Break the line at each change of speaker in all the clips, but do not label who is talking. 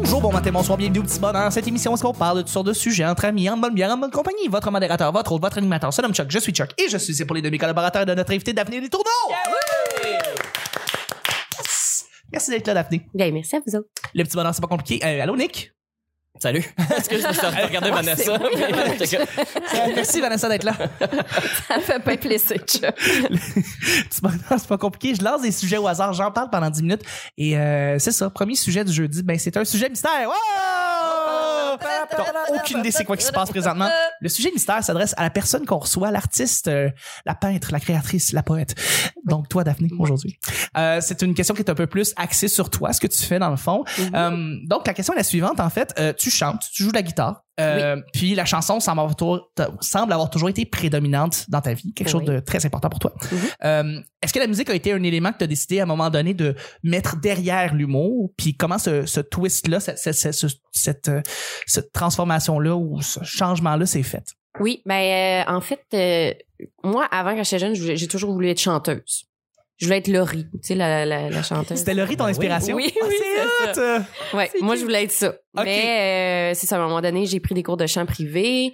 bonsoir, bienvenue au petit bonheur. Cette émission, où est-ce qu'on parle de toutes sortes de sujets entre amis, en bonne bière, en bonne compagnie. Votre modérateur, votre hôte, votre animateur, son nom Chuck, je suis Chuck et je suis ici pour les demi-collaborateurs de notre invité Daphné Les Tourneaux. Yes! Merci d'être là, Daphné.
Bien, Ben, merci à vous autres.
Le petit bonheur, c'est pas compliqué. Euh, allô, Nick?
Salut. Est-ce que je me suis regardé Vanessa? mais- J'étais comme,
Euh, Merci, Vanessa, d'être là.
Ça fait pas plaisir,
Petit bonheur, c'est pas compliqué. Je lance des sujets au hasard, j'en parle pendant 10 minutes. Et euh, c'est ça, premier sujet du jeudi, ben c'est un sujet mystère.
Oh!
Wow! Oh, T'as aucune idée c'est quoi qui se passe présentement. Le sujet mystère s'adresse à la personne qu'on reçoit, l'artiste, euh, la peintre, la créatrice, la poète. Donc toi, Daphné, aujourd'hui. Euh, c'est une question qui est un peu plus axée sur toi, ce que tu fais dans le fond.
Mhm.
Euh, donc la question est la suivante, en fait. Euh, tu chantes, tu joues de la guitare. Euh, Puis la chanson semble avoir, tou- semble avoir toujours été prédominante dans ta vie, quelque chose
Oui.
de très important pour toi.
Mhm.
Euh, Est-ce que la musique a été un élément que tu as décidé à un moment donné de mettre derrière l'humour? Puis comment ce, ce twist-là, ce- ce- ce- ce- cette, euh, cette transformation-là ou ce changement-là s'est fait?
Oui, ben euh, en fait, euh, moi, avant quand j'étais jeune, je voulais- j'ai toujours voulu être chanteuse. Je voulais être Laurie, tu sais, la, la, la chanteuse.
C'était Laurie, ton
Oui.
inspiration?
Ben Oui,
Ah,
oui,
c'est
c'est
hot, euh.
Ouais,
C'est
moi,
cute.
je voulais être ça.
Ok.
Mais euh, c'est ça, à un moment donné, j'ai pris des cours de chant privé.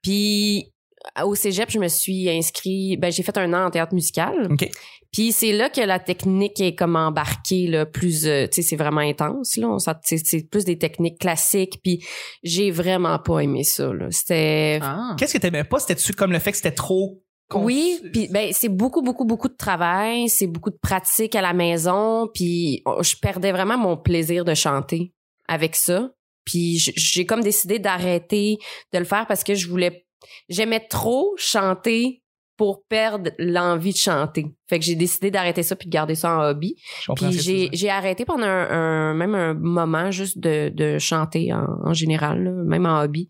Puis euh, au cégep, je me suis inscrit. Ben, j'ai fait un an en théâtre musical.
OK.
Puis c'est là que la technique est comme embarquée, là, plus, euh, tu sais, c'est vraiment intense, là. On s'en- c'est- C'est plus des techniques classiques. Puis j'ai vraiment pas aimé ça, là. C'était.
Qu'est-ce que t'aimais pas? C'était-tu comme le fait que c'était trop... cons-
Ah. Oui, puis ben c'est beaucoup beaucoup beaucoup de travail, c'est beaucoup de pratique à la maison, puis oh, je perdais vraiment mon plaisir de chanter avec ça. Puis j- j'ai comme décidé d'arrêter de le faire parce que je voulais j'aimais trop chanter pour perdre l'envie de chanter. Fait que j'ai décidé d'arrêter ça puis de garder ça en hobby.
Je comprends
Puis
ce que tu
j'ai,
veux dire.
j'ai arrêté pendant un, un- même un moment juste de, de chanter en, en général, là, même en hobby.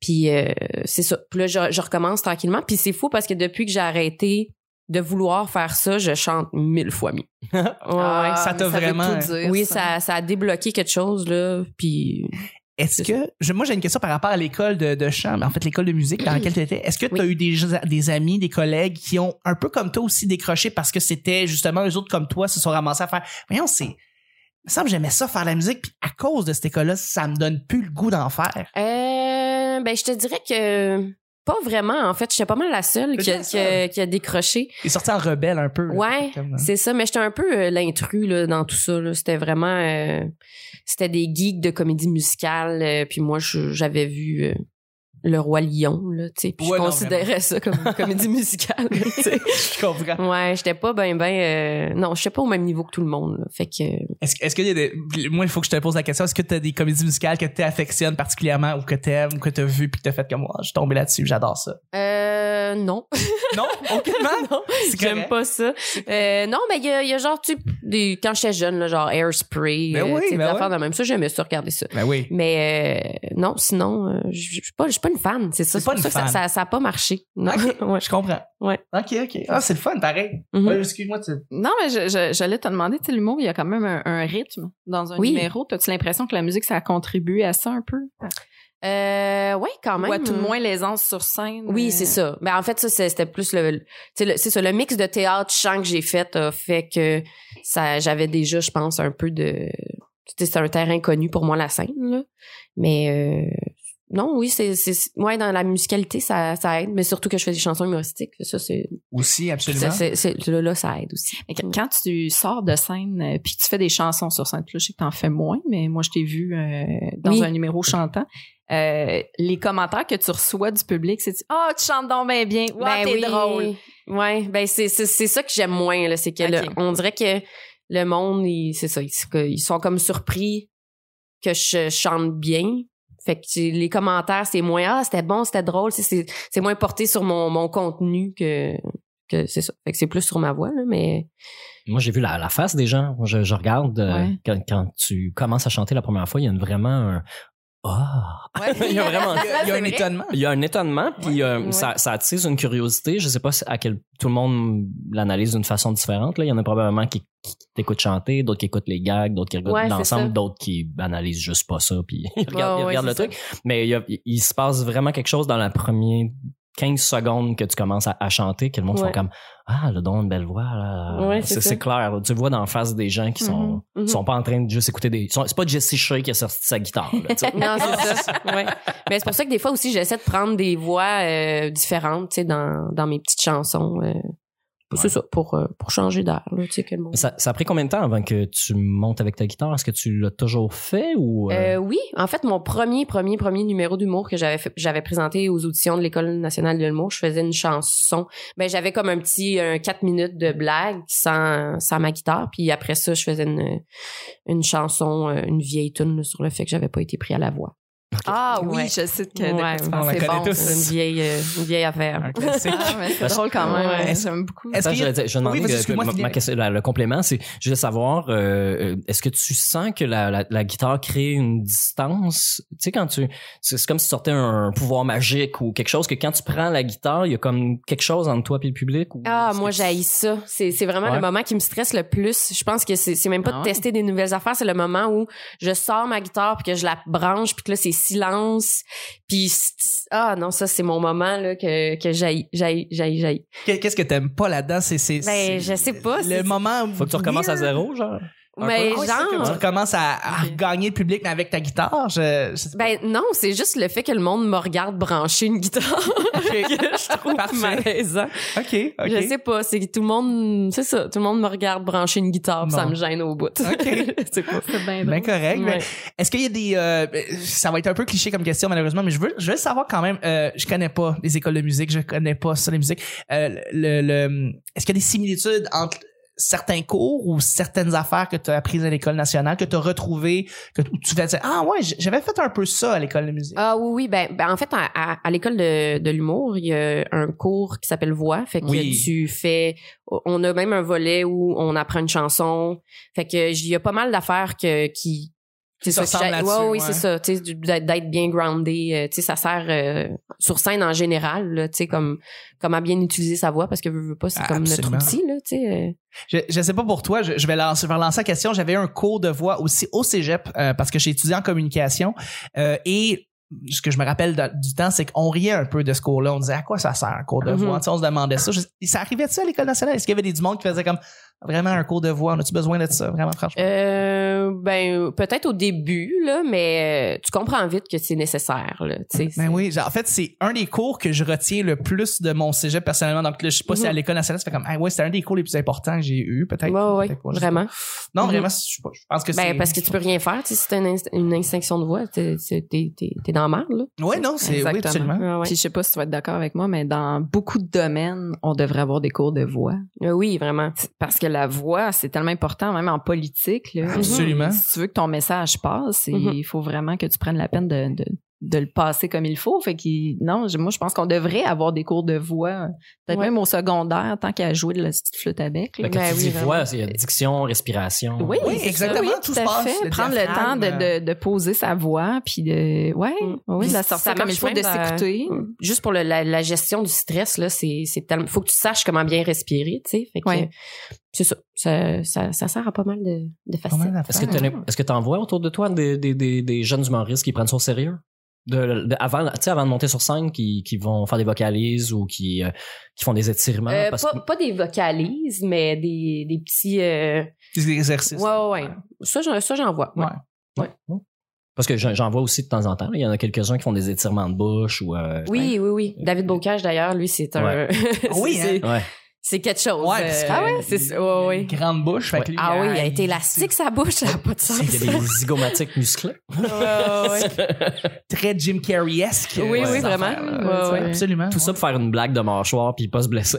Puis euh, c'est ça. Puis là, je, je recommence tranquillement. Puis c'est fou parce que depuis que j'ai arrêté de vouloir faire ça, je chante mille fois mieux. Ouais,
Ah,
Ça
mais
t'a
veut
vraiment-
tout
ouais.
dire,
oui, ça, ça a débloqué quelque chose, là. Puis
Est-ce que... je- moi, j'ai une question par rapport à l'école de, de chant, mais en fait, l'école de musique dans laquelle tu étais. Est-ce que tu as eu des, gens- des amis, des collègues qui ont un peu comme toi aussi décroché parce que c'était justement eux autres comme toi se sont ramassés à faire... Voyons, c'est... Il me semble que j'aimais ça faire la musique, puis à cause de cette école-là, ça me donne plus le goût d'en faire.
Euh, ben, je te dirais que pas vraiment. En fait, j'étais pas mal la seule
Mais
qui a,
bien sûr.
qui a- qui a décroché.
Il est sorti en rebelle un peu. là,
Ouais,
comme- euh,
c'est ça. Mais j'étais un peu euh, l'intrus là, dans tout ça. là. C'était vraiment... euh, c'était des geeks de comédie musicale. euh, puis moi, je- j'avais vu... euh, le roi lion là tu sais puis
Ouais,
je
non,
considérais ça comme une comédie musicale tu sais.
Je comprends.
ouais j'étais pas ben ben euh, non j'étais pas au même niveau que tout le monde là. fait que
Est-ce est qu'il y a des. Moi, il faut que je te pose la question. Est-ce que tu as des comédies musicales que tu affectionnes particulièrement ou que tu aimes ou que tu as vu puis que tu fait comme moi? je suis tombé là-dessus, j'adore ça.
euh, non
Non, aucunement.
non
C'est
J'aime
correct.
pas ça. Euh, non, mais il y a, il y a genre, tu des, quand j'étais jeune, là, genre Airspray, euh,
Ben oui,
tu sais, des
ben
affaires de même. Ça, j'aimais ça, regarder ça.
Ben oui.
Mais euh, non, sinon, euh, je je suis pas, je suis pas une fan. C'est ça.
T'es pas
pour
une
ça que
fan.
ça- ça ça a pas marché. Non.
Ok,
Ouais.
je comprends.
Ouais.
Ok, ok. Ah, c'est le fun, pareil.
Mhm.
Euh, Excuse-moi, tu.
Non, mais je- je- j'allais te demander, tu sais, l'humour, il y a quand même un, un rythme dans un
Oui.
numéro. T'as-tu l'impression que la musique, ça a contribué à ça un peu?
Euh, ouais, quand même.
Ou à tout le moins l'aisance sur scène? euh,
Oui, c'est ça. Mais en fait, ça, c'est- c'était plus le, le- tu sais, le- c'est ça, le mix de théâtre chant que j'ai fait a fait que ça, j'avais déjà, je pense, un peu de, tu sais, c'est un terrain connu pour moi la scène, là. Mais euh, non, oui, c'est, c'est, c'est- ouais, dans la musicalité, ça, ça aide. Mais surtout que je fais des chansons humoristiques, ça, c'est,
Aussi,
ça, c'est, c'est- là, là, ça aide aussi.
Mais que- Quand tu sors de scène euh, puis que tu fais des chansons sur scène, puis là, je sais que t'en fais moins, mais moi, je t'ai vu euh, dans
Oui.
un numéro chantant. euh, les commentaires que tu reçois du public, c'est Ah, tu chantes donc bien bien. Wow,
Ben
t'es
oui.
drôle.
Ouais, ben c'est c'est c'est ça que j'aime moins là, c'est que le-
Ok.
on dirait que le monde il- c'est ça, ils, c'est que- ils sont comme surpris que je chante bien. Fait que tu- les commentaires c'est moins ah, c'était bon, c'était drôle, c'est c'est c'est moins porté sur mon mon contenu que que c'est ça. Fait que c'est plus sur ma voix là, mais
Moi, j'ai vu la, la face des gens. Je, je regarde euh,
Ouais.
quand, quand tu commences à chanter la première fois, il y a une- vraiment un. Ah! il y a vraiment.
Il y a, il y a
c'est
un
vrai.
étonnement.
Il y a un étonnement, puis euh,
Ouais.
ça, ça attise une curiosité. Je sais pas si- à quel tout le monde l'analyse d'une façon différente. Là. Il y en a probablement qui, qui t'écoutent chanter, d'autres qui écoutent les gags, d'autres qui regardent
Ouais, c'est ça.
l'ensemble, d'autres qui analysent juste pas ça, puis ils regardent, ils
ouais,
regardent
c'est
le
ça.
truc. Mais il, y a- il- il se passe vraiment quelque chose dans la première 15 secondes que tu commences à, à chanter que le monde
Ouais.
font comme Ah, le don de belle voix, là.
Ouais, c'est
c'est
ça.
c'est clair. là. Tu vois dans la face des gens qui sont,
Mhm, mhm.
sont pas en train de juste écouter des. sont- C'est pas Jesse Shea qui a sorti sa guitare. là, tu sais.
Non, c'est ça. Ouais. Mais c'est pour ça que des fois aussi, j'essaie de prendre des voix euh, différentes, tu sais, dans, dans mes petites chansons. euh, C'est ça, pour, euh, pour changer d'air, là, tu sais, que le monde-
ça, ça a pris combien de temps avant que tu montes avec ta guitare? Est-ce que tu l'as toujours fait ou. euh,
Euh, oui, en fait, mon premier, premier, premier numéro d'humour que j'avais fait- j'avais présenté aux auditions de l'École nationale de l'humour, je faisais une chanson. Ben, j'avais comme un petit un 4 minutes de blague sans, sans ma guitare. Puis après ça, je faisais une, une chanson, euh, une vieille tune là, sur le fait que j'avais pas été pris à la voix.
Ah
oui,
oui,
Ouais.
je sais que
de quoi tu parles.
On la
c'est
connaît
bon. Ah,
tous.
C'est une vieille, euh, une vieille affaire.
Un classique.
c'est drôle quand même.
Ouais.
hein, J'aime beaucoup.
Est-ce
Ça,
qu'il y a-
j'allais dire- je
Oui,
demandais
vas-y,
que-
excuse-moi,
ma-
finis.
ma question- la- le complément, c'est je voulais savoir, euh, euh, est-ce que tu sens que la, la- la guitare crée une distance? Tu sais, quand tu. C'est c'est comme si tu sortais un pouvoir magique ou quelque chose que quand tu prends la guitare, il y a comme quelque chose entre toi et le public? Ou
Ah,
est-ce
moi,
que tu-
j'haïs ça. C'est, c'est vraiment
Ouais.
le moment qui me stresse le plus. Je pense que c'est, c'est même pas
Ah
de
ouais?
tester des nouvelles affaires. C'est le moment où je sors ma guitare puis que je la branche puis que là, c'est silence. Puis, c'est- ah non, ça, c'est mon moment là, que, que j'haïs, j'haïs, j'haïs, j'haïs.
Qu'est- Qu'est-ce que t'aimes pas là-dedans? C'est, c'est, c'est
Ben, je sais pas,
Le
c'est-
moment où.
Faut que tu recommences à
weird.
zéro, genre? Un
Mais
peu. Ah oui, c'est
Tu
genre...
recommences à, à gagner le public, mais avec ta guitare. Je, je sais pas.
Ben non, c'est juste le fait que le monde me regarde brancher une guitare que je trouve
Parfait.
malaisant.
OK, OK.
Je sais pas, c'est que tout le monde, c'est ça, tout le monde me regarde brancher une guitare, puis ça
Non.
me gêne au bout.
OK.
c'est pas.
C'est bien
Ben correct.
Ouais.
mais Est-ce qu'il y a des... euh, euh, ça va être un peu cliché comme question, malheureusement, mais je veux, je veux le savoir quand même. Euh, je connais pas les écoles de musique, je connais pas ça, la musique. Euh, le, le- Est-ce qu'il y a des similitudes entre certains cours ou certaines affaires que tu as apprises à l'école nationale, que tu as retrouvées, que t- où tu vas dire « Ah ouais, j- j'avais fait un peu ça à l'école de musique.
Ah oui, oui. Ben, ben, en fait, à, à- à l'école de, de l'humour, il y a un cours qui s'appelle Voix. Fait que
Oui.
tu fais. On a même un volet où on apprend une chanson. Fait que il y a pas mal d'affaires que qui.
Qui
c'est
se
ça, que
ressemblent
j'ai- ouais,
là-dessus,
oui,
ouais.
c'est ça. Tu sais, du- d'être d'être bien groundé. euh, Tu sais, ça sert euh, sur scène en général. là, Tu sais, comme comment bien utiliser sa voix parce que veux, veux pas, c'est
Ah,
comme
absolument.
notre outil là. Tu sais. euh.
Je, je sais pas pour toi, je, je vais lancer, faire lancer la question. J'avais eu un cours de voix aussi au cégep euh, parce que j'ai étudié en communication euh, et ce que je me rappelle de- du temps, c'est qu'on riait un peu de ce cours-là. On disait à quoi ça sert un cours de
Mhm.
voix Tu sais, On se demandait ça. Je- ça arrivait-tu à l'école nationale Est-ce qu'il y avait des du monde qui faisait comme vraiment un cours de voix On a-tu besoin de ça Vraiment, franchement.
Euh, ben peut-être au début là, mais euh, tu comprends vite que c'est nécessaire là. Tu sais. c'est-
Ben oui, genre, en fait, c'est un des cours que je retiens le plus de mon cégep personnellement. Donc, là, je sais pas si à
Mhm.
l'école nationale, ça fait comme, ah ouais, c'était un des cours les plus importants que j'ai eu, peut-être.
Ouais, ouais,
peut-être pas, je sais
vraiment.
pas. Non,
Mhm.
vraiment, je sais pas, je pense que c'est.
Ben, parce que tu peux rien faire, tu sais, si t'as une, inst- une extinction de voix, t'es, t'es, t'es, t'es- t'es dans la merde, là.
Ouais, non, c'est. Oui,
Exactement.
absolument.
Ah ouais.
Puis je sais pas si tu vas être d'accord avec moi, mais dans beaucoup de domaines, on devrait avoir des cours de voix.
Euh, oui, vraiment.
Parce que la voix, c'est tellement important, même en politique. là.
Absolument.
Si tu veux que ton message passe, et
Mhm.
Mm-hmm.
il faut vraiment que tu prennes la peine de, de, de le passer comme il faut. Fait qu'il- non, je- moi, je pense qu'on devrait avoir des cours de voix, peut-être
Ouais.
même au secondaire, tant qu'à jouer de la petite flûte à bec. là.
Ben, quand
Ben
tu
oui,
dis
vraiment.
voix, il y a diction, respiration.
Oui,
Oui,
c'est
exactement,
ça,
tout
à
se passe,
fait.
le
Prendre le temps
diaphragme,
de, de, de poser sa voix, puis de, ouais,
Mm.
ouais, de la
Ça
sortir comme
marche
il faut,
même
de
euh,
dans-
s'écouter.
Juste pour le- la, la gestion du stress, là, c'est, c'est tellement, faut que tu saches comment bien respirer, tu sais. Fait que,
Ouais.
c'est ça, ça, ça, ça sert à pas mal de, de facettes.
Est-ce que tu est-ce que t'en vois autour de toi des, des, des, des jeunes humoristes qui prennent ça au sérieux? De, de- avant, tu sais, avant de monter sur scène, qui, qui vont faire des vocalises ou qui, euh, qui font des étirements.
Euh,
parce
pas,
que-
pas des vocalises, mais des, des petits, euh,
Des exercices.
ouais, ouais, ouais. Ça, j'en, ça, j'en vois. ouais.
Ouais.
Parce que j'en j'en vois aussi de temps en temps. là. Il y en a quelques-uns qui font des étirements de bouche ou. euh,
Oui, oui, oui. David Bocage, d'ailleurs, lui, c'est un.
Ah oui, hein?
c'est,
Ouais.
c'est quelque chose.
Ouais, parce
euh,
que-
c'est, ça, ouais, ouais.
Grande bouche. fait que lui,
Ah oui, il a
il-
été élastique, sa bouche, ça n'a pas de sens.
Il y a des zygomatiques musclées.
Très Jim Carrey-esque.
Oui,
euh,
oui,
ces
vraiment.
affaires-là.
Ouais,
Ça,
Ah ouais.
Absolument.
Tout ça pour faire une blague de mâchoire puis pas se blesser.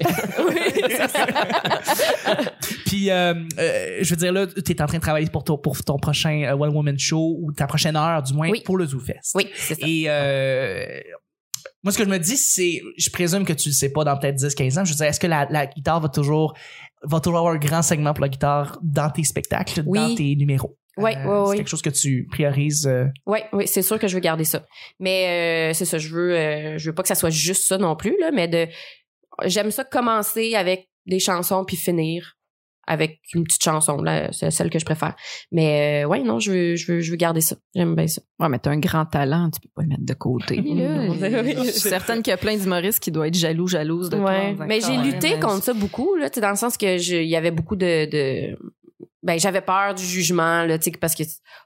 Puis, euh, euh, je veux dire, là, tu es en train de travailler pour ton, pour ton prochain euh, One Woman Show ou ta prochaine heure, du moins,
Oui.
pour le Zoo Fest.
Oui, c'est ça.
Et euh, moi, ce que je me dis, c'est, je présume que tu le sais pas dans peut-être 10-15 ans, je veux dire, est-ce que la, la guitare va toujours, va toujours avoir un grand segment pour la guitare dans tes spectacles,
Oui.
dans tes numéros?
Oui,
Euh,
oui,
C'est
oui.
quelque chose que tu priorises. euh,
Oui, oui, c'est sûr que je veux garder ça. Mais euh, c'est ça, je veux, euh, je veux pas que ça soit juste ça non plus, là, mais de j'aime ça commencer avec des chansons puis finir avec une petite chanson là, c'est celle que je préfère. Mais euh, ouais, non, je veux, je veux, je veux garder ça. J'aime bien ça.
Ouais, mais t'as un grand talent, tu peux pas le mettre de côté. là.
Oui.
Je suis certaine qu'il y a plein d'humoristes qui doivent être jaloux, jalouses de
Ouais.
toi.
Mais j'ai lutté contre ça beaucoup, là, tu sais, dans le sens que je- il y avait beaucoup de, de- ben, j'avais peur du jugement, là, tu sais, parce que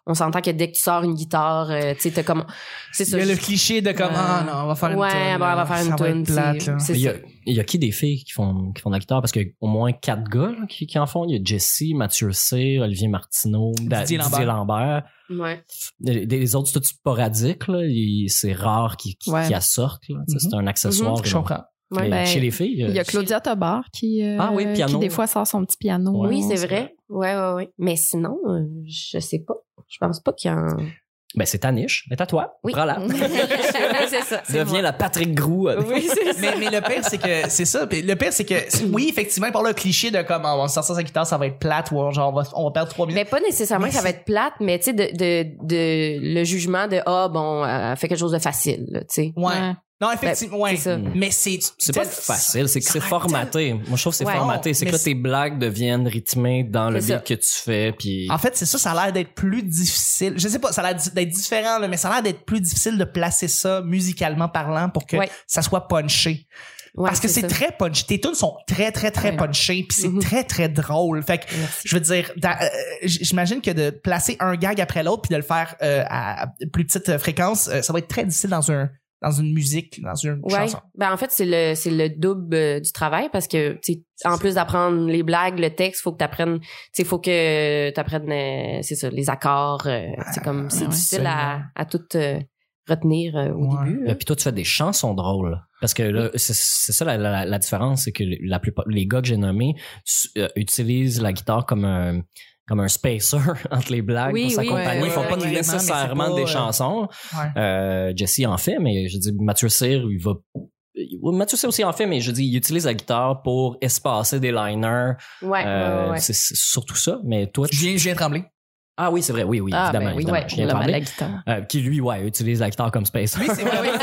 on s'entend que dès que tu sors une guitare, euh, tu sais, t'as comme, c'est
Il y
ça.
a le
je-
cliché de comme,
Ouais.
ah non, on va faire une
ouais,
toune,
bon, on va
là.
faire
Ça
une
va être
tune,
plate, là.
c'est
Il y,
ça.
a, il y a qui des filles qui font, qui font de la guitare? Parce qu'il y a au moins quatre gars là, qui, qui en font. Il y a Jessie, Mathieu C, Olivier Martineau, Da-
Didier
Didier
Lambert.
Lambert.
Ouais.
Les, les autres, c'est tout sporadique. là. Il- C'est rare qu'ils qu'ils-
Ouais.
qu'ils en sortent. là. Tu sais, C'est un accessoire.
Mm-hmm. Je
là.
comprends.
Ouais,
Mais
ben,
chez les filles,
Il y a
euh,
Claudia Tobar qui, euh,
Ah oui, piano.
qui des fois sort son petit piano.
Ouais.
Oui, c'est
c'est
vrai. Ouais, ouais, ouais. Mais sinon, euh, je sais pas. Je pense pas qu'il y en.
ben, c'est ta niche. Mais à toi.
Oui.
Prends-la.
c'est ça. c'est
Deviens la Patrick Groux. euh,
moi. Oui, c'est ça.
mais, mais le pire, c'est que c'est ça. Puis Le pire, c'est que c'est- oui, effectivement, par le cliché de comme Ah, on va sortir sa guitare, ça va être plate ou genre on va, on va perdre trois minutes.
Mais pas nécessairement
Mais
que ça va
c'est-
être plate, mais tu sais, de, de, de, le jugement de ah, bon, euh, fait quelque chose de facile, là, tu sais.
ouais. Non, effectivement, ouais.
C'est ça.
Mm.
Mais c'est
C'est pas facile, c'est que
ça
c'est
va être
formaté. Moi, je trouve que c'est
Ouais.
formaté. C'est
Mais
que là,
c'est-
tes blagues deviennent rythmées dans le
C'est ça.
beat que tu fais. Puis...
En fait, c'est ça, ça a l'air d'être plus difficile. Je sais pas, ça a l'air di- d'être différent, là, mais ça a l'air d'être plus difficile de placer ça musicalement parlant pour que
Ouais.
ça soit punché.
Ouais,
Parce que c'est
ça.
très punché. Tes tunes sont très, très, très
Ouais.
punchées, puis c'est
Mhm.
très, très drôle. Fait que
Merci.
je veux dire, dans- euh, j- j'imagine que de placer un gag après l'autre puis de le faire euh, à plus petite euh, fréquence, euh, ça va être très difficile dans un dans une musique, dans une
Ouais.
chanson.
Ben en fait, c'est le c'est le double euh, du travail parce que tu sais, en plus d'apprendre les blagues, le texte, faut que t'apprennes, tu sais, faut que t'apprennes euh, c'est ça, les accords, euh, c'est comme c'est
ouais,
difficile à,
absolument.
à tout euh, retenir euh, au
Ouais.
début. là.
Euh, Puis toi, tu fais des chansons drôles. Parce que là, c'est c'est ça la, la- la différence, c'est que la plupart, les gars que j'ai nommés su- euh, utilisent la guitare comme un, comme un spacer entre les blagues
Oui,
pour
oui,
s'accompagner.
ouais,
Ils font
ouais,
pas
ouais,
nécessairement
vraiment, mais
des
c'est pas, euh,
chansons.
Ouais.
Euh, Jesse en fait, mais je dis Mathieu Cyr, il va. il- Mathieu Cyr aussi en fait, mais je dis, il utilise la guitare pour espacer des liners.
Ouais,
Euh,
ouais, ouais, ouais.
C'est c'est surtout ça. Mais toi,
Je
tu...
viens, je viens trembler.
ah oui, c'est vrai, oui, oui,
Ah,
évidemment,
ben oui,
évidemment,
ouais,
je viens de
l'homme à
parler.
la guitare.
Euh, qui lui, ouais, utilise la guitare comme spacer.
c'est vraiment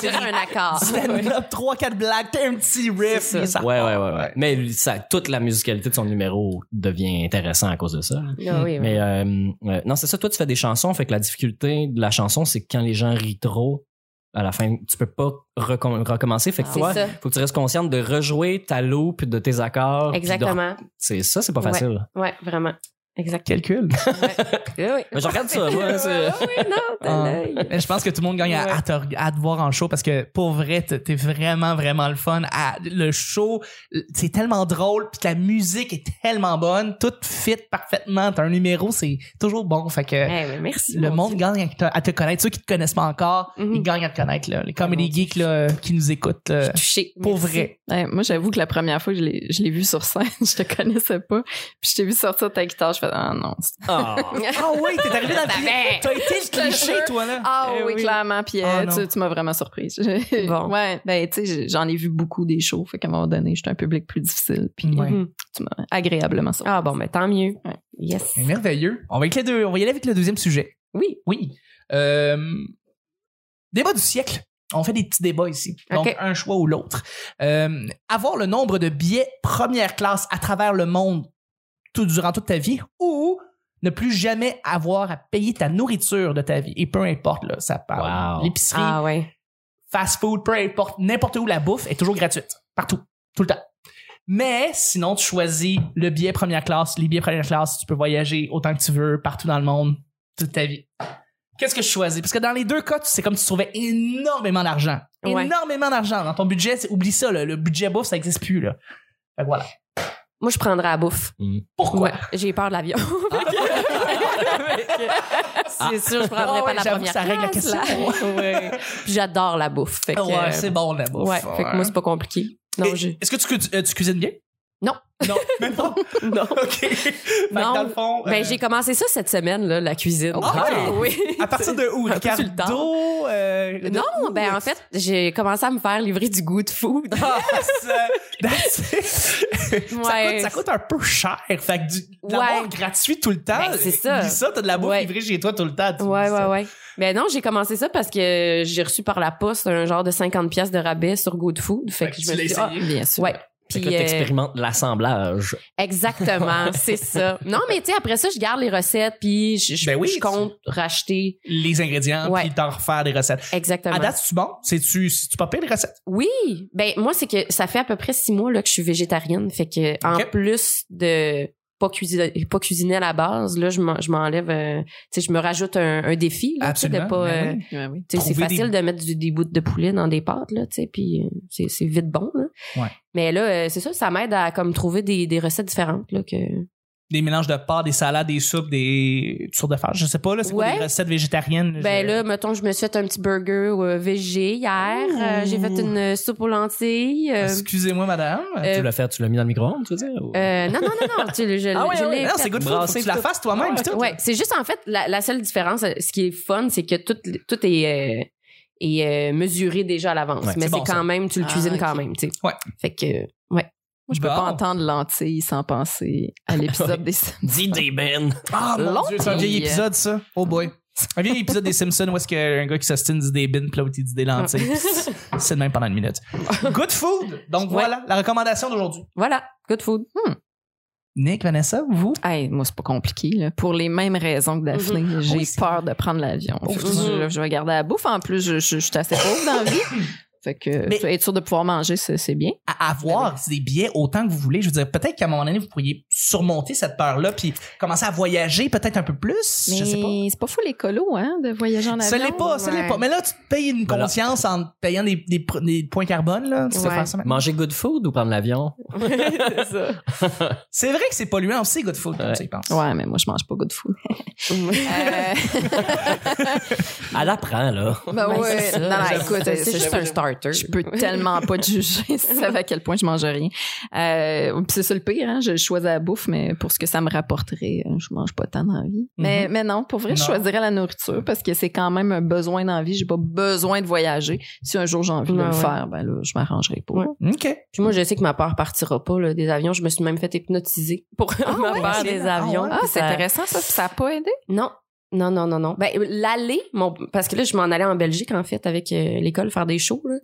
C'est juste un accord.
stand-up, trois, quatre blagues, t'as un petit riff.
C'est ça.
puis ça
Ouais, ouais,
part.
ouais, ouais. Mais ça, toute la musicalité de son numéro devient intéressant à cause de ça.
Ah oui, oui.
Mais euh, euh, non, c'est ça. Toi, tu fais des chansons. Fait que la difficulté de la chanson, c'est que quand les gens rient trop, à la fin, tu peux pas recom- recommencer. Fait que
Ah,
toi,
c'est ça.
faut que tu restes consciente de rejouer ta loupe de tes accords. puis de-
Exactement.
C'est ça, c'est pas facile.
Ouais, vraiment. Exactement.
Calcul.
Oui, oui.
Mais je regarde ça. moi, c'est-
Oui, oui, non, t'as
Ah.
l'œil.
Mais Je pense que tout le monde gagne à-
Ouais.
à, te, reg- à te voir en show parce que pour vrai, t'es t'es vraiment, vraiment le fun. À- le show, c'est tellement drôle, puis ta musique est tellement bonne, tout fit parfaitement. T'as un numéro, c'est toujours bon. Fait que
Eh, mais merci.
le
mon
monde
Dieu.
gagne à te, à te connaître. Ceux qui te connaissent pas encore,
Mhm.
ils gagnent à te connaître. là. Les
mon
comedy
Dieu.
geeks là, qui nous écoutent, là,
touché.
euh, pour
Merci.
vrai.
Ouais, moi, j'avoue que la première fois que je l'ai je l'ai vu sur scène, je te connaissais pas. Puis je t'ai vu sortir ta guitare, je fais Ah non. c'est-
Ah.
Ah oui, t'es arrivé dans le
Savais.
cliché. T'as été le
te
cliché,
jure.
toi, là.
Ah
Eh
oui, clairement. Puis
Ah,
euh,
non.
tu, tu m'as vraiment surprise. Je-
Bon.
Ouais, ben tu sais, j'en ai vu beaucoup des shows. Fait qu'à un moment donné, j'étais un public plus difficile. Puis
Ouais.
euh, tu m'as agréablement surprise.
Ah bon, mais tant mieux.
Ouais.
Yes.
Merveilleux. On va, avec les deux, on va y aller avec le deuxième sujet.
Oui.
Oui. Euh, débat du siècle. On fait des petits débats ici. Donc,
Ok.
un choix ou l'autre. Euh, avoir le nombre de billets première classe à travers le monde tout, durant toute ta vie ou ne plus jamais avoir à payer ta nourriture de ta vie. Et peu importe, là, ça parle.
Wow.
L'épicerie,
Ah ouais.
fast food, peu importe, n'importe où la bouffe est toujours gratuite. Partout. Tout le temps. Mais sinon, tu choisis le billet première classe, les billets première classe, tu peux voyager autant que tu veux, partout dans le monde, toute ta vie. Qu'est-ce que je choisis? Parce que dans les deux cas, tu- c'est comme si tu trouvais énormément d'argent.
Ouais.
Énormément d'argent. Dans ton budget, c'est- oublie ça, là, le budget bouffe, ça n'existe plus. Là. Fait que voilà.
Moi, je prendrais la bouffe.
Pourquoi?
Ouais. J'ai peur de l'avion. c'est sûr, je prendrais
Ah
pas
ouais,
la
j'avoue que
première
ça règle la
classe,
question.
Ah,
là. Ouais. Puis J'adore la bouffe. Fait que, euh,
ouais, c'est bon la bouffe.
ouais, fait que moi, c'est pas compliqué. Non,
Et-
je...
Est-ce que tu, cu- euh, tu cuisines bien?
Non.
Non, même pas.
non.
OK. Fait que
Non.
dans le fond.
Ben,
euh,
j'ai commencé ça cette semaine, là, la cuisine.
Ah
oui.
À partir de où?
Un peu sur le tard.
Ricardo? euh, de
Non,
où?
ben en fait, j'ai commencé à me faire livrer du good food.
Ah, ça, that's it. ça,
Ouais.
coûte, ça coûte un peu cher. Fait que du, de l'avoir
Ouais.
gratuit tout le temps.
Ben, c'est ça.
Oublie ça, t'as de la bouffe
Ouais.
livrée chez toi tout le temps. tu
Ouais,
dis
ouais,
ça.
ouais. Mais non, j'ai commencé ça parce que j'ai reçu par la poste un genre de 50 pièces de rabais sur GoodFood. Fait
Fait
que
que
je
tu
me
l'as
suis dit, ah,
essayé.
Bien sûr.
ouais.
Fait
Puis,
que là, t'expérimentes l'assemblage.
euh, exactement, c'est ça. Non, mais tu sais, après ça, je garde les recettes, puis je, je,
Ben oui,
je compte racheter.
les ingrédients
Ouais.
puis d'en refaire des recettes.
Exactement.
À date, c'est bon? C'est-tu, si tu pas pire les recettes?
Oui, ben moi c'est que ça fait à peu près six mois là que je suis végétarienne, fait que en
Ok.
plus de pas cuisiner, pas cuisiner à la base, là je m'en- je m'enlève, euh, tu sais je me rajoute un, un défi, là, tu sais, de
Absolument,
pas,
ben
euh,
oui.
Ouais, oui.
tu sais, c'est
Trouver des-
facile de mettre du, des bouts de poulet dans des pâtes là, tu sais puis euh, c'est c'est vite bon là.
Ouais.
Mais là euh, c'est ça, ça m'aide à comme trouver des, des recettes différentes là que.
Des mélanges de pâtes, des salades, des soupes, des toutes sortes de farces. Je sais pas, là, c'est quoi
Ouais.
des recettes végétariennes?
Ben
Je-
là mettons je me suis fait un petit burger euh, végé hier, euh, j'ai fait une soupe aux lentilles.
Ah,
euh,
Excusez-moi, madame.
euh,
tu l'as fait, tu l'as mis dans le micro-ondes, tu veux dire? ou-
euh, non non non non, tu, je, l'ai-
Ah ouais,
je
ouais,
l'ai
non,
fait.
c'est good food. Faut
brasser
que tu la
tout.
fasses toi-même. puis tout.
Ouais, c'est juste en fait la, la seule différence. euh, Ce qui est fun, c'est que tout, tout est, euh, est, euh, mesuré déjà à l'avance.
Ouais,
c'est
mais c'est
bon, ça.
quand même, tu le
Ah,
cuisines quand
ok.
même, tu sais.
Ouais.
Fait que
Moi, je peux
Bon.
pas entendre lentilles sans penser à l'épisode des
Dis des bennes.
Ah, mon Dieu, c'est un vieil
Lentilles.
épisode, ça. Oh boy. Un vieil épisode des Simpsons où est-ce qu'un gars qui s'ostine dit des bins, puis l'autre il dit des
Ah.
lentilles. c'est le même pendant une minute. Good food! Donc voilà la recommandation d'aujourd'hui.
voilà, good food.
Nick, Vanessa, vous?
Hey, moi, c'est pas compliqué. là. Pour les mêmes raisons que Daphné, j'ai
Mm-hmm. Oui, c'est-
peur de prendre l'avion.
Oh,
Fait que
mhm.
je, je vais garder la bouffe. En plus, je, je- je suis assez pauvre dans la vie. Fait que
Mais-
être sûr de pouvoir manger, c'est c'est bien.
à avoir des billets autant que vous voulez. Je veux dire, peut-être qu'à un moment donné, vous pourriez surmonter cette peur-là puis commencer à voyager peut-être un peu plus. Je sais pas.
Mais c'est pas fou l'écolo, hein, de voyager en avion.
Ce n'est pas, ce
ouais.
n'est pas. Mais là, tu te payes une
Voilà.
conscience en te payant des, des, pr- des points carbone, là. Tu te fais
Ouais.
faire ça maintenant.
Manger good food ou prendre l'avion?
c'est ça.
C'est vrai que c'est polluant aussi, good food,
Ouais.
tu y penses.
Ouais, mais moi, je mange pas good food. Euh,
Elle apprend, là.
ben
Ben,
ouais,
c'est ça.
non, non, écoute,
c'est
c'est
juste un starter.
Je peux tellement pas te juger si ça va à quel point je mange rien. Euh, pis c'est ça le pire, hein, je choisis la bouffe, mais pour ce que ça me rapporterait, euh, je mange pas tant d'envie. Mais, mais non, pour vrai, je
Non.
choisirais la nourriture parce que c'est quand même un besoin d'envie. J'ai pas besoin de voyager. Si un jour j'ai envie de
Ouais,
le
ouais.
faire, ben là, je m'arrangerai pas.
Ouais.
OK.
Puis moi, je sais que ma peur partira pas là, des avions. Je me suis même fait hypnotiser pour ma
ouais,
peur
c'est-
des
ah
avions.
ouais.
Ah,
Puis
c'est
ça-
intéressant ça, pis ça a pas aidé.
Non. Non, non, non, non. Ben, l'aller, mon, parce que là, je m'en allais en Belgique, en fait, avec euh, l'école faire des shows, là.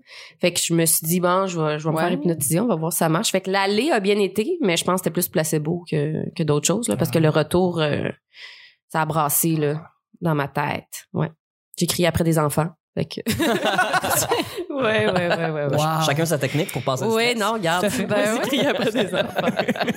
Fait que je me suis dit, bon, je vais, je vais me
Ouais.
faire hypnotiser, on va voir si ça marche. Fait que l'aller a bien été, mais je pense que c'était plus placebo que, que d'autres choses, là, parce que le retour, euh, ça a brassé, là, dans ma tête. Ouais. J'ai crié après des enfants. Fait que. ouais, ouais, ouais, ouais, ouais.
Wow.
Chacun sa technique pour passer le
Ouais,
stress.
non, regarde.
Tout à fait.
Ben, j'ai crié après des enfants.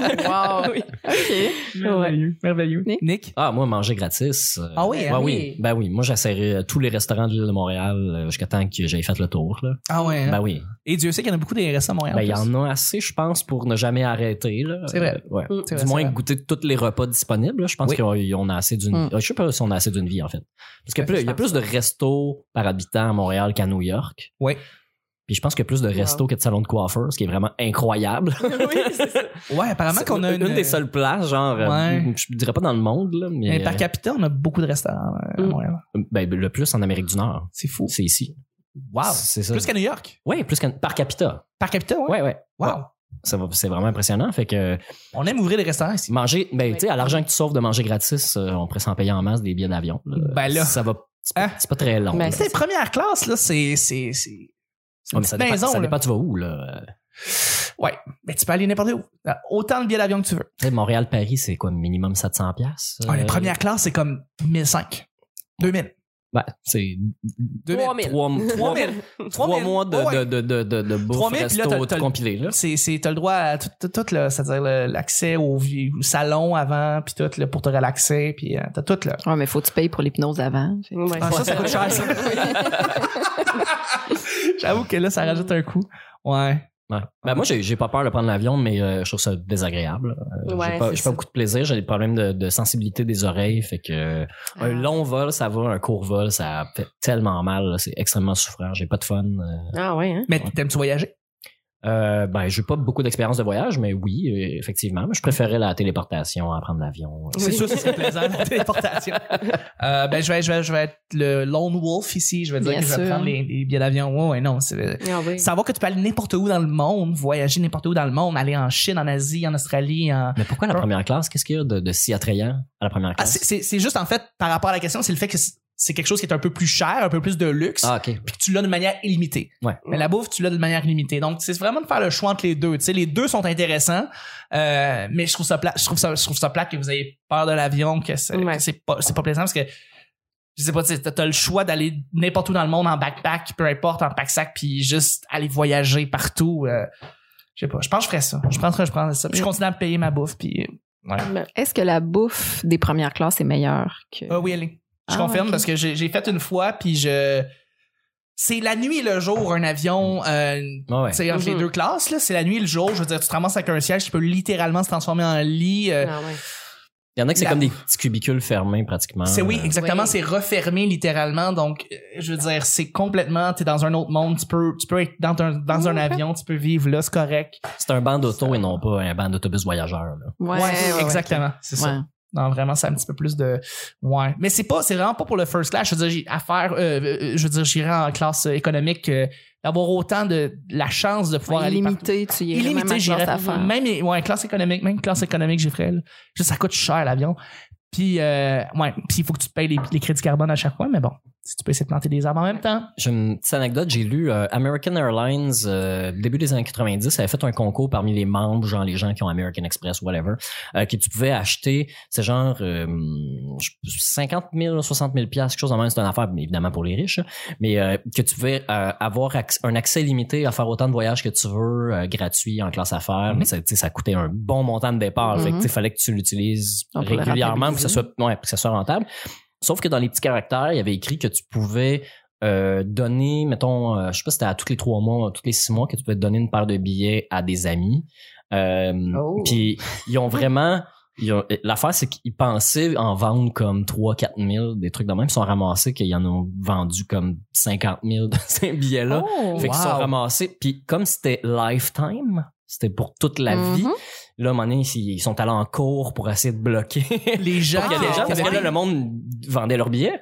Wow.
Oui.
OK.
Merveilleux. Merveilleux.
Nick?
Nick?
Ah, moi, manger gratis. euh,
Ah oui,
ouais,
hein?
oui. Ben oui, moi, j'essaierai euh, tous les restaurants de l'île de Montréal euh, jusqu'à temps que j'aille fait le tour. Là.
Ah ouais. hein?
Ben oui.
Et Dieu sait qu'il y en a beaucoup des restaurants à Montréal.
Ben, il y
en plus.
en a assez, je pense, pour ne jamais arrêter. Là.
C'est vrai.
Euh, ouais.
Mm.
C'est
Du
vrai,
moins,
c'est vrai.
goûter tous les repas disponibles. là. Je pense
Oui.
qu'on a assez d'une euh,
Mm.
Je sais pas si on a assez d'une vie, en fait. Parce qu'il
Ouais,
plus,
Ben, je
il y a
pense.
plus de restos par habitant à Montréal qu'à New York.
Oui.
Puis je pense qu'il y a plus de restos que de salons de coiffeurs, ce qui est vraiment incroyable.
Ouais, apparemment qu'on a
C'est
une,
des seules places, genre, euh,
Ouais.
je dirais pas dans le monde, là, mais
Mais par capita, on a beaucoup de restaurants à
Mm.
Montréal.
euh, ben, le plus en Amérique du Nord.
C'est fou.
C'est ici.
Wow.
C'est ça.
Plus qu'à New York.
Ouais, plus qu'en- par capita.
Par capita, ouais.
Ouais, ouais.
Wow.
Ouais. Ça va- C'est vraiment impressionnant. Fait que
On aime ouvrir les restaurants ici.
manger, ben,
Ouais.
tu sais, à l'argent que tu sauves de manger gratis, euh, on pourrait s'en payer en masse des billets d'avion.
Ben là.
Ça va. C'est
Hein?
pas, c'est pas très long.
Ben,
là.
c'est-
C'est première classe, là, c'est. c'est, c'est... c'est une
Ouais, mais ça
petite
dépend,
maison,
ça
là.
dépend, tu vas où, là. Euh,
Ouais, mais tu peux aller n'importe où. Euh, Autant de billets d'avion que tu veux.
tu sais, Montréal-Paris, c'est quoi, minimum 700$? piastres,
Ouais,
euh,
Ah, les premières classes, c'est comme 1005. 2000.
Ben, c'est
2000.
3000.
3
3000.
mois de,
Oh, ouais.
de, de, de, de bouffe
3000, puis là,
resto
t'as- t'as-
compilé, là.
C'est, c'est, t'as le droit à tout, tout, tout, là, c'est-à-dire le- l'accès au, vieux- au salon avant, puis tout, là, pour te relaxer, puis euh, t'as tout, là.
Ouais, mais faut que tu payes pour l'hypnose avant. Fait-
Ouais.
Ah, ça, ça coûte cher, ça. J'avoue que là, ça rajoute un coup. Ouais.
Ouais.
Ah.
Ben, moi, j'ai j'ai pas peur de prendre l'avion, mais euh, je trouve ça désagréable. Euh,
Ouais,
j'ai pas,
c'est
j'ai pas
ça.
beaucoup de plaisir, j'ai des problèmes de, de sensibilité des oreilles. Fait que euh,
Ah.
un long vol, ça va, un court vol, ça fait tellement mal, là, c'est extrêmement souffrant, j'ai pas de fun. euh.
Ah ouais, hein?
Mais t'aimes-tu voyager?
Euh, ben, j'ai pas beaucoup d'expérience de voyage, mais oui, euh, effectivement. Mais Je préférais la téléportation à prendre l'avion.
C'est sûr que ce serait plaisant, la téléportation. Euh, ben, je vais, je, vais, je vais être le lone wolf ici. Je vais dire
Bien
que je vais
sûr.
prendre les, les billets d'avion. Ouais, ouais, non. C'est,
Ah oui.
savoir que tu peux aller n'importe où dans le monde, voyager n'importe où dans le monde, aller en Chine, en Asie, en Australie. En...
Mais pourquoi la première classe? Qu'est-ce qu'il y a de, de si attrayant à la première
Ah,
classe?
c'est- c'est c'est juste en fait par rapport à la question, c'est le fait que c- c'est quelque chose qui est un peu plus cher, un peu plus de luxe,
Ah, ok.
puis que tu l'as de manière illimitée.
Ouais.
Mais la bouffe, tu l'as de manière illimitée. Donc, c'est vraiment de faire le choix entre les deux. Tu sais, les deux sont intéressants, euh, mais je trouve ça plat. Je trouve ça, je trouve ça plate que vous ayez peur de l'avion, que c'est
Ouais.
que c'est pas, c'est pas plaisant parce que je sais pas, tu sais, t'as t'as le choix d'aller n'importe où dans le monde en backpack, peu importe, en pack sac, puis juste aller voyager partout. euh, je sais pas. Je pense que je ferais ça. Je pense que je prendrais ça. Puis je continue à payer ma bouffe. Puis euh,
Est-ce que la bouffe des premières classes est meilleure que.
Ah oui, elle est. Je
Ah,
confirme
ok.
parce que j'ai j'ai fait une fois, puis je. C'est la nuit et le jour, un avion, euh,
Ah ouais.
tu sais, entre les
Mhm.
deux classes, là, c'est la nuit et le jour. Je veux dire, tu te ramasses avec un siège qui peut littéralement se transformer en lit. euh,
Ah ouais.
Il y en a qui c'est
la-
comme des petits cubicules fermés pratiquement.
c'est oui,
Euh,
exactement,
Oui.
c'est refermé littéralement. Donc, euh, je veux dire, c'est complètement, t'es dans un autre monde, tu peux, tu peux être dans un, dans un
Ouais.
avion, tu peux vivre là, c'est correct.
C'est un banc d'auto et non pas un banc d'autobus voyageur. là.
Ouais,
exactement, c'est ça.
Ouais.
Non, vraiment, c'est un petit peu plus de. Ouais. Mais c'est pas, c'est vraiment pas pour le first class. Je veux dire, j'ai- à faire, euh, euh, je veux dire, j'irai en classe euh, économique, euh, d'avoir autant de la chance de pouvoir aller. partout.
illimité, tu y es.
Illimité, j'irais.
faire.
Même, ouais, classe économique, même classe économique, j'ai fait. là. Juste, ça coûte cher l'avion. Puis, euh, ouais, puis il faut que tu te payes les, les crédits carbone à chaque fois, mais bon, si tu peux essayer de planter des arbres en même temps.
J'ai une petite anecdote. J'ai lu euh, American Airlines, euh, début des années 90, avait fait un concours parmi les membres, genre les gens qui ont American Express, whatever, euh, que tu pouvais acheter, c'est genre euh, je- 50 000, 60 000 piastres, quelque chose en même, c'est une affaire, mais évidemment pour les riches, hein, mais euh, que tu pouvais euh, avoir acc- un accès limité à faire autant de voyages que tu veux, euh, gratuit, en classe affaires,
Mhm.
mais ça, tu sais, ça coûtait un bon montant de départ, fait que, tu sais, fallait que tu l'utilises
Donc, Mhm. pour le
régulièrement pour que, ça soit,
rentabiliser.
ouais, pour que ça soit rentable. Sauf que dans les petits caractères, il y avait écrit que tu pouvais euh, donner, mettons, euh, je sais pas si c'était à tous les trois mois, tous les six mois, que tu pouvais te donner une paire de billets à des amis. Euh,
Oh.
Puis ils ont vraiment... ils ont- L'affaire, c'est qu'ils pensaient en vendre comme 3-4 000, des trucs de même. Ils sont ramassés qu'ils en ont vendu comme 50 000 de ces billets-là.
Oh.
fait qu'ils sont
wow.
ramassés. Puis comme c'était lifetime, c'était pour toute la vie,
Mhm.
Mm-hmm.
là, à un moment donné, ils ils sont allés en cours pour essayer de bloquer
Les gens.
il y a des
Ah,
gens, parce que
ouais.
là, le monde vendait leurs billets.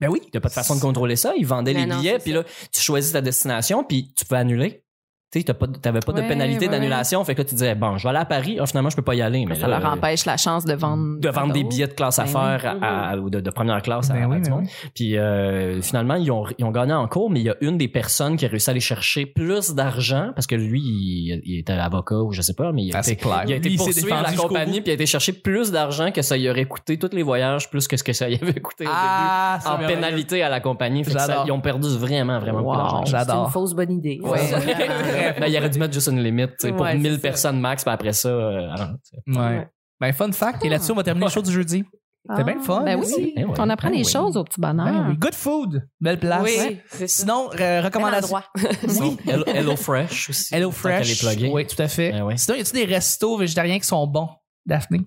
Ben oui.
Il n'y a pas de façon de contrôler ça. Ils vendaient
Mais
les
Ben non,
billets,
c'est
puis
ça.
là, tu choisis ta destination, puis tu peux annuler. Tu n'avais pas de, t'avais pas de
Ouais,
pénalité
ouais,
d'annulation. Fait que là, tu disais, bon, je vais aller à Paris. Ah, finalement, je peux pas y aller. Mais
Ça
là, euh,
leur empêche la chance de vendre.
de vendre des billets de classe à
Ben
faire
oui.
à- à- ou de, de première classe à,
Ben
à
oui,
du
ben
monde. Puis euh, finalement, ils ont, ils ont gagné en cours, mais il y a une des personnes qui a réussi à aller chercher plus d'argent parce que lui, il, il était avocat ou je sais pas, mais il a, été,
Ah, clair.
il a été poursuivi par la compagnie puis il a été chercher plus d'argent que ça y aurait coûté tous les voyages plus que ce que ça y avait coûté au début
Ah, c'est
en
merveilleux.
pénalité à la compagnie. Fait que
J'adore.
ça- ils ont perdu vraiment, vraiment beaucoup
Wow.
d'argent.
C'est une
J'adore.
fausse bonne idée.
Ouais.
Ben, il aurait dû mettre juste une limite tu sais, pour
Ouais, c'est
1000
ça.
personnes max, puis après ça, euh, arrête, tu sais.
Ouais. Ben, fun fact. Et
Ah.
là-dessus, on va terminer le show du jeudi. C'était bien le fun,
Ben
hein,
oui.
c'est- Eh ouais.
On apprend
Ben
des
oui.
choses au petit bonheur.
Ben oui. Good food. Belle place.
Oui, c'est ça.
Sinon, euh,
Même
recommandation.
endroit.
Oui.
Hello, Hello Fresh aussi.
Hello
tant qu'elle est
Fresh.
pluggée.
Oui, tout à fait.
Ben ouais.
Sinon, y a-tu des restos végétariens qui sont bons, Daphné?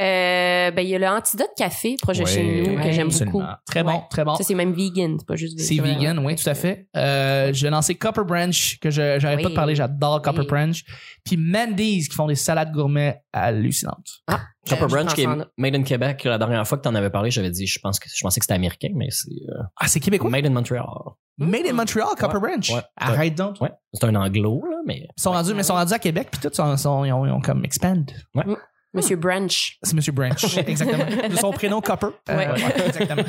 Euh, ben, il y a le Antidote Café, proche de
Ouais.
chez nous, que
Ouais,
j'aime
Absolument.
beaucoup.
Très bon,
Ouais.
très bon.
Ça, c'est même vegan, c'est pas juste
C'est
végétarien.
vegan, oui, tout à fait. Euh, J'ai lancé Copper Branch, que je j'arrête pas
Oui.
de parler, j'adore Copper
Oui.
Branch. Puis Mandy's, qui font des salades gourmets hallucinantes.
Copper
Euh, je
Brunch
pense
qui est
en-
made in Québec. La dernière fois que t'en avais parlé, j'avais dit, je pense que je pensais que c'était américain, mais c'est euh,
Ah, c'est québécois?
made in Montreal.
Made in Montreal, Copper Branch.
ouais.
Arrête donc.
Ouais, c'est un anglo là, mais
Ils sont rendus, mais ils sont rendus à Québec, puis tout, sont- sont- ils, ont, ils ont comme expand.
Monsieur Branch.
C'est Monsieur Branch, exactement. De son prénom Copper. Euh,
Ouais.
ouais, exactement.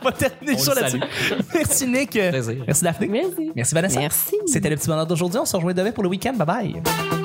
On va terminer le
On
show
le
là-dessus. Merci Nick.
plaisir.
Merci Daphné.
Merci.
Merci Vanessa.
Merci.
C'était le petit bonheur d'aujourd'hui. On se rejoint demain pour le week-end. Bye bye.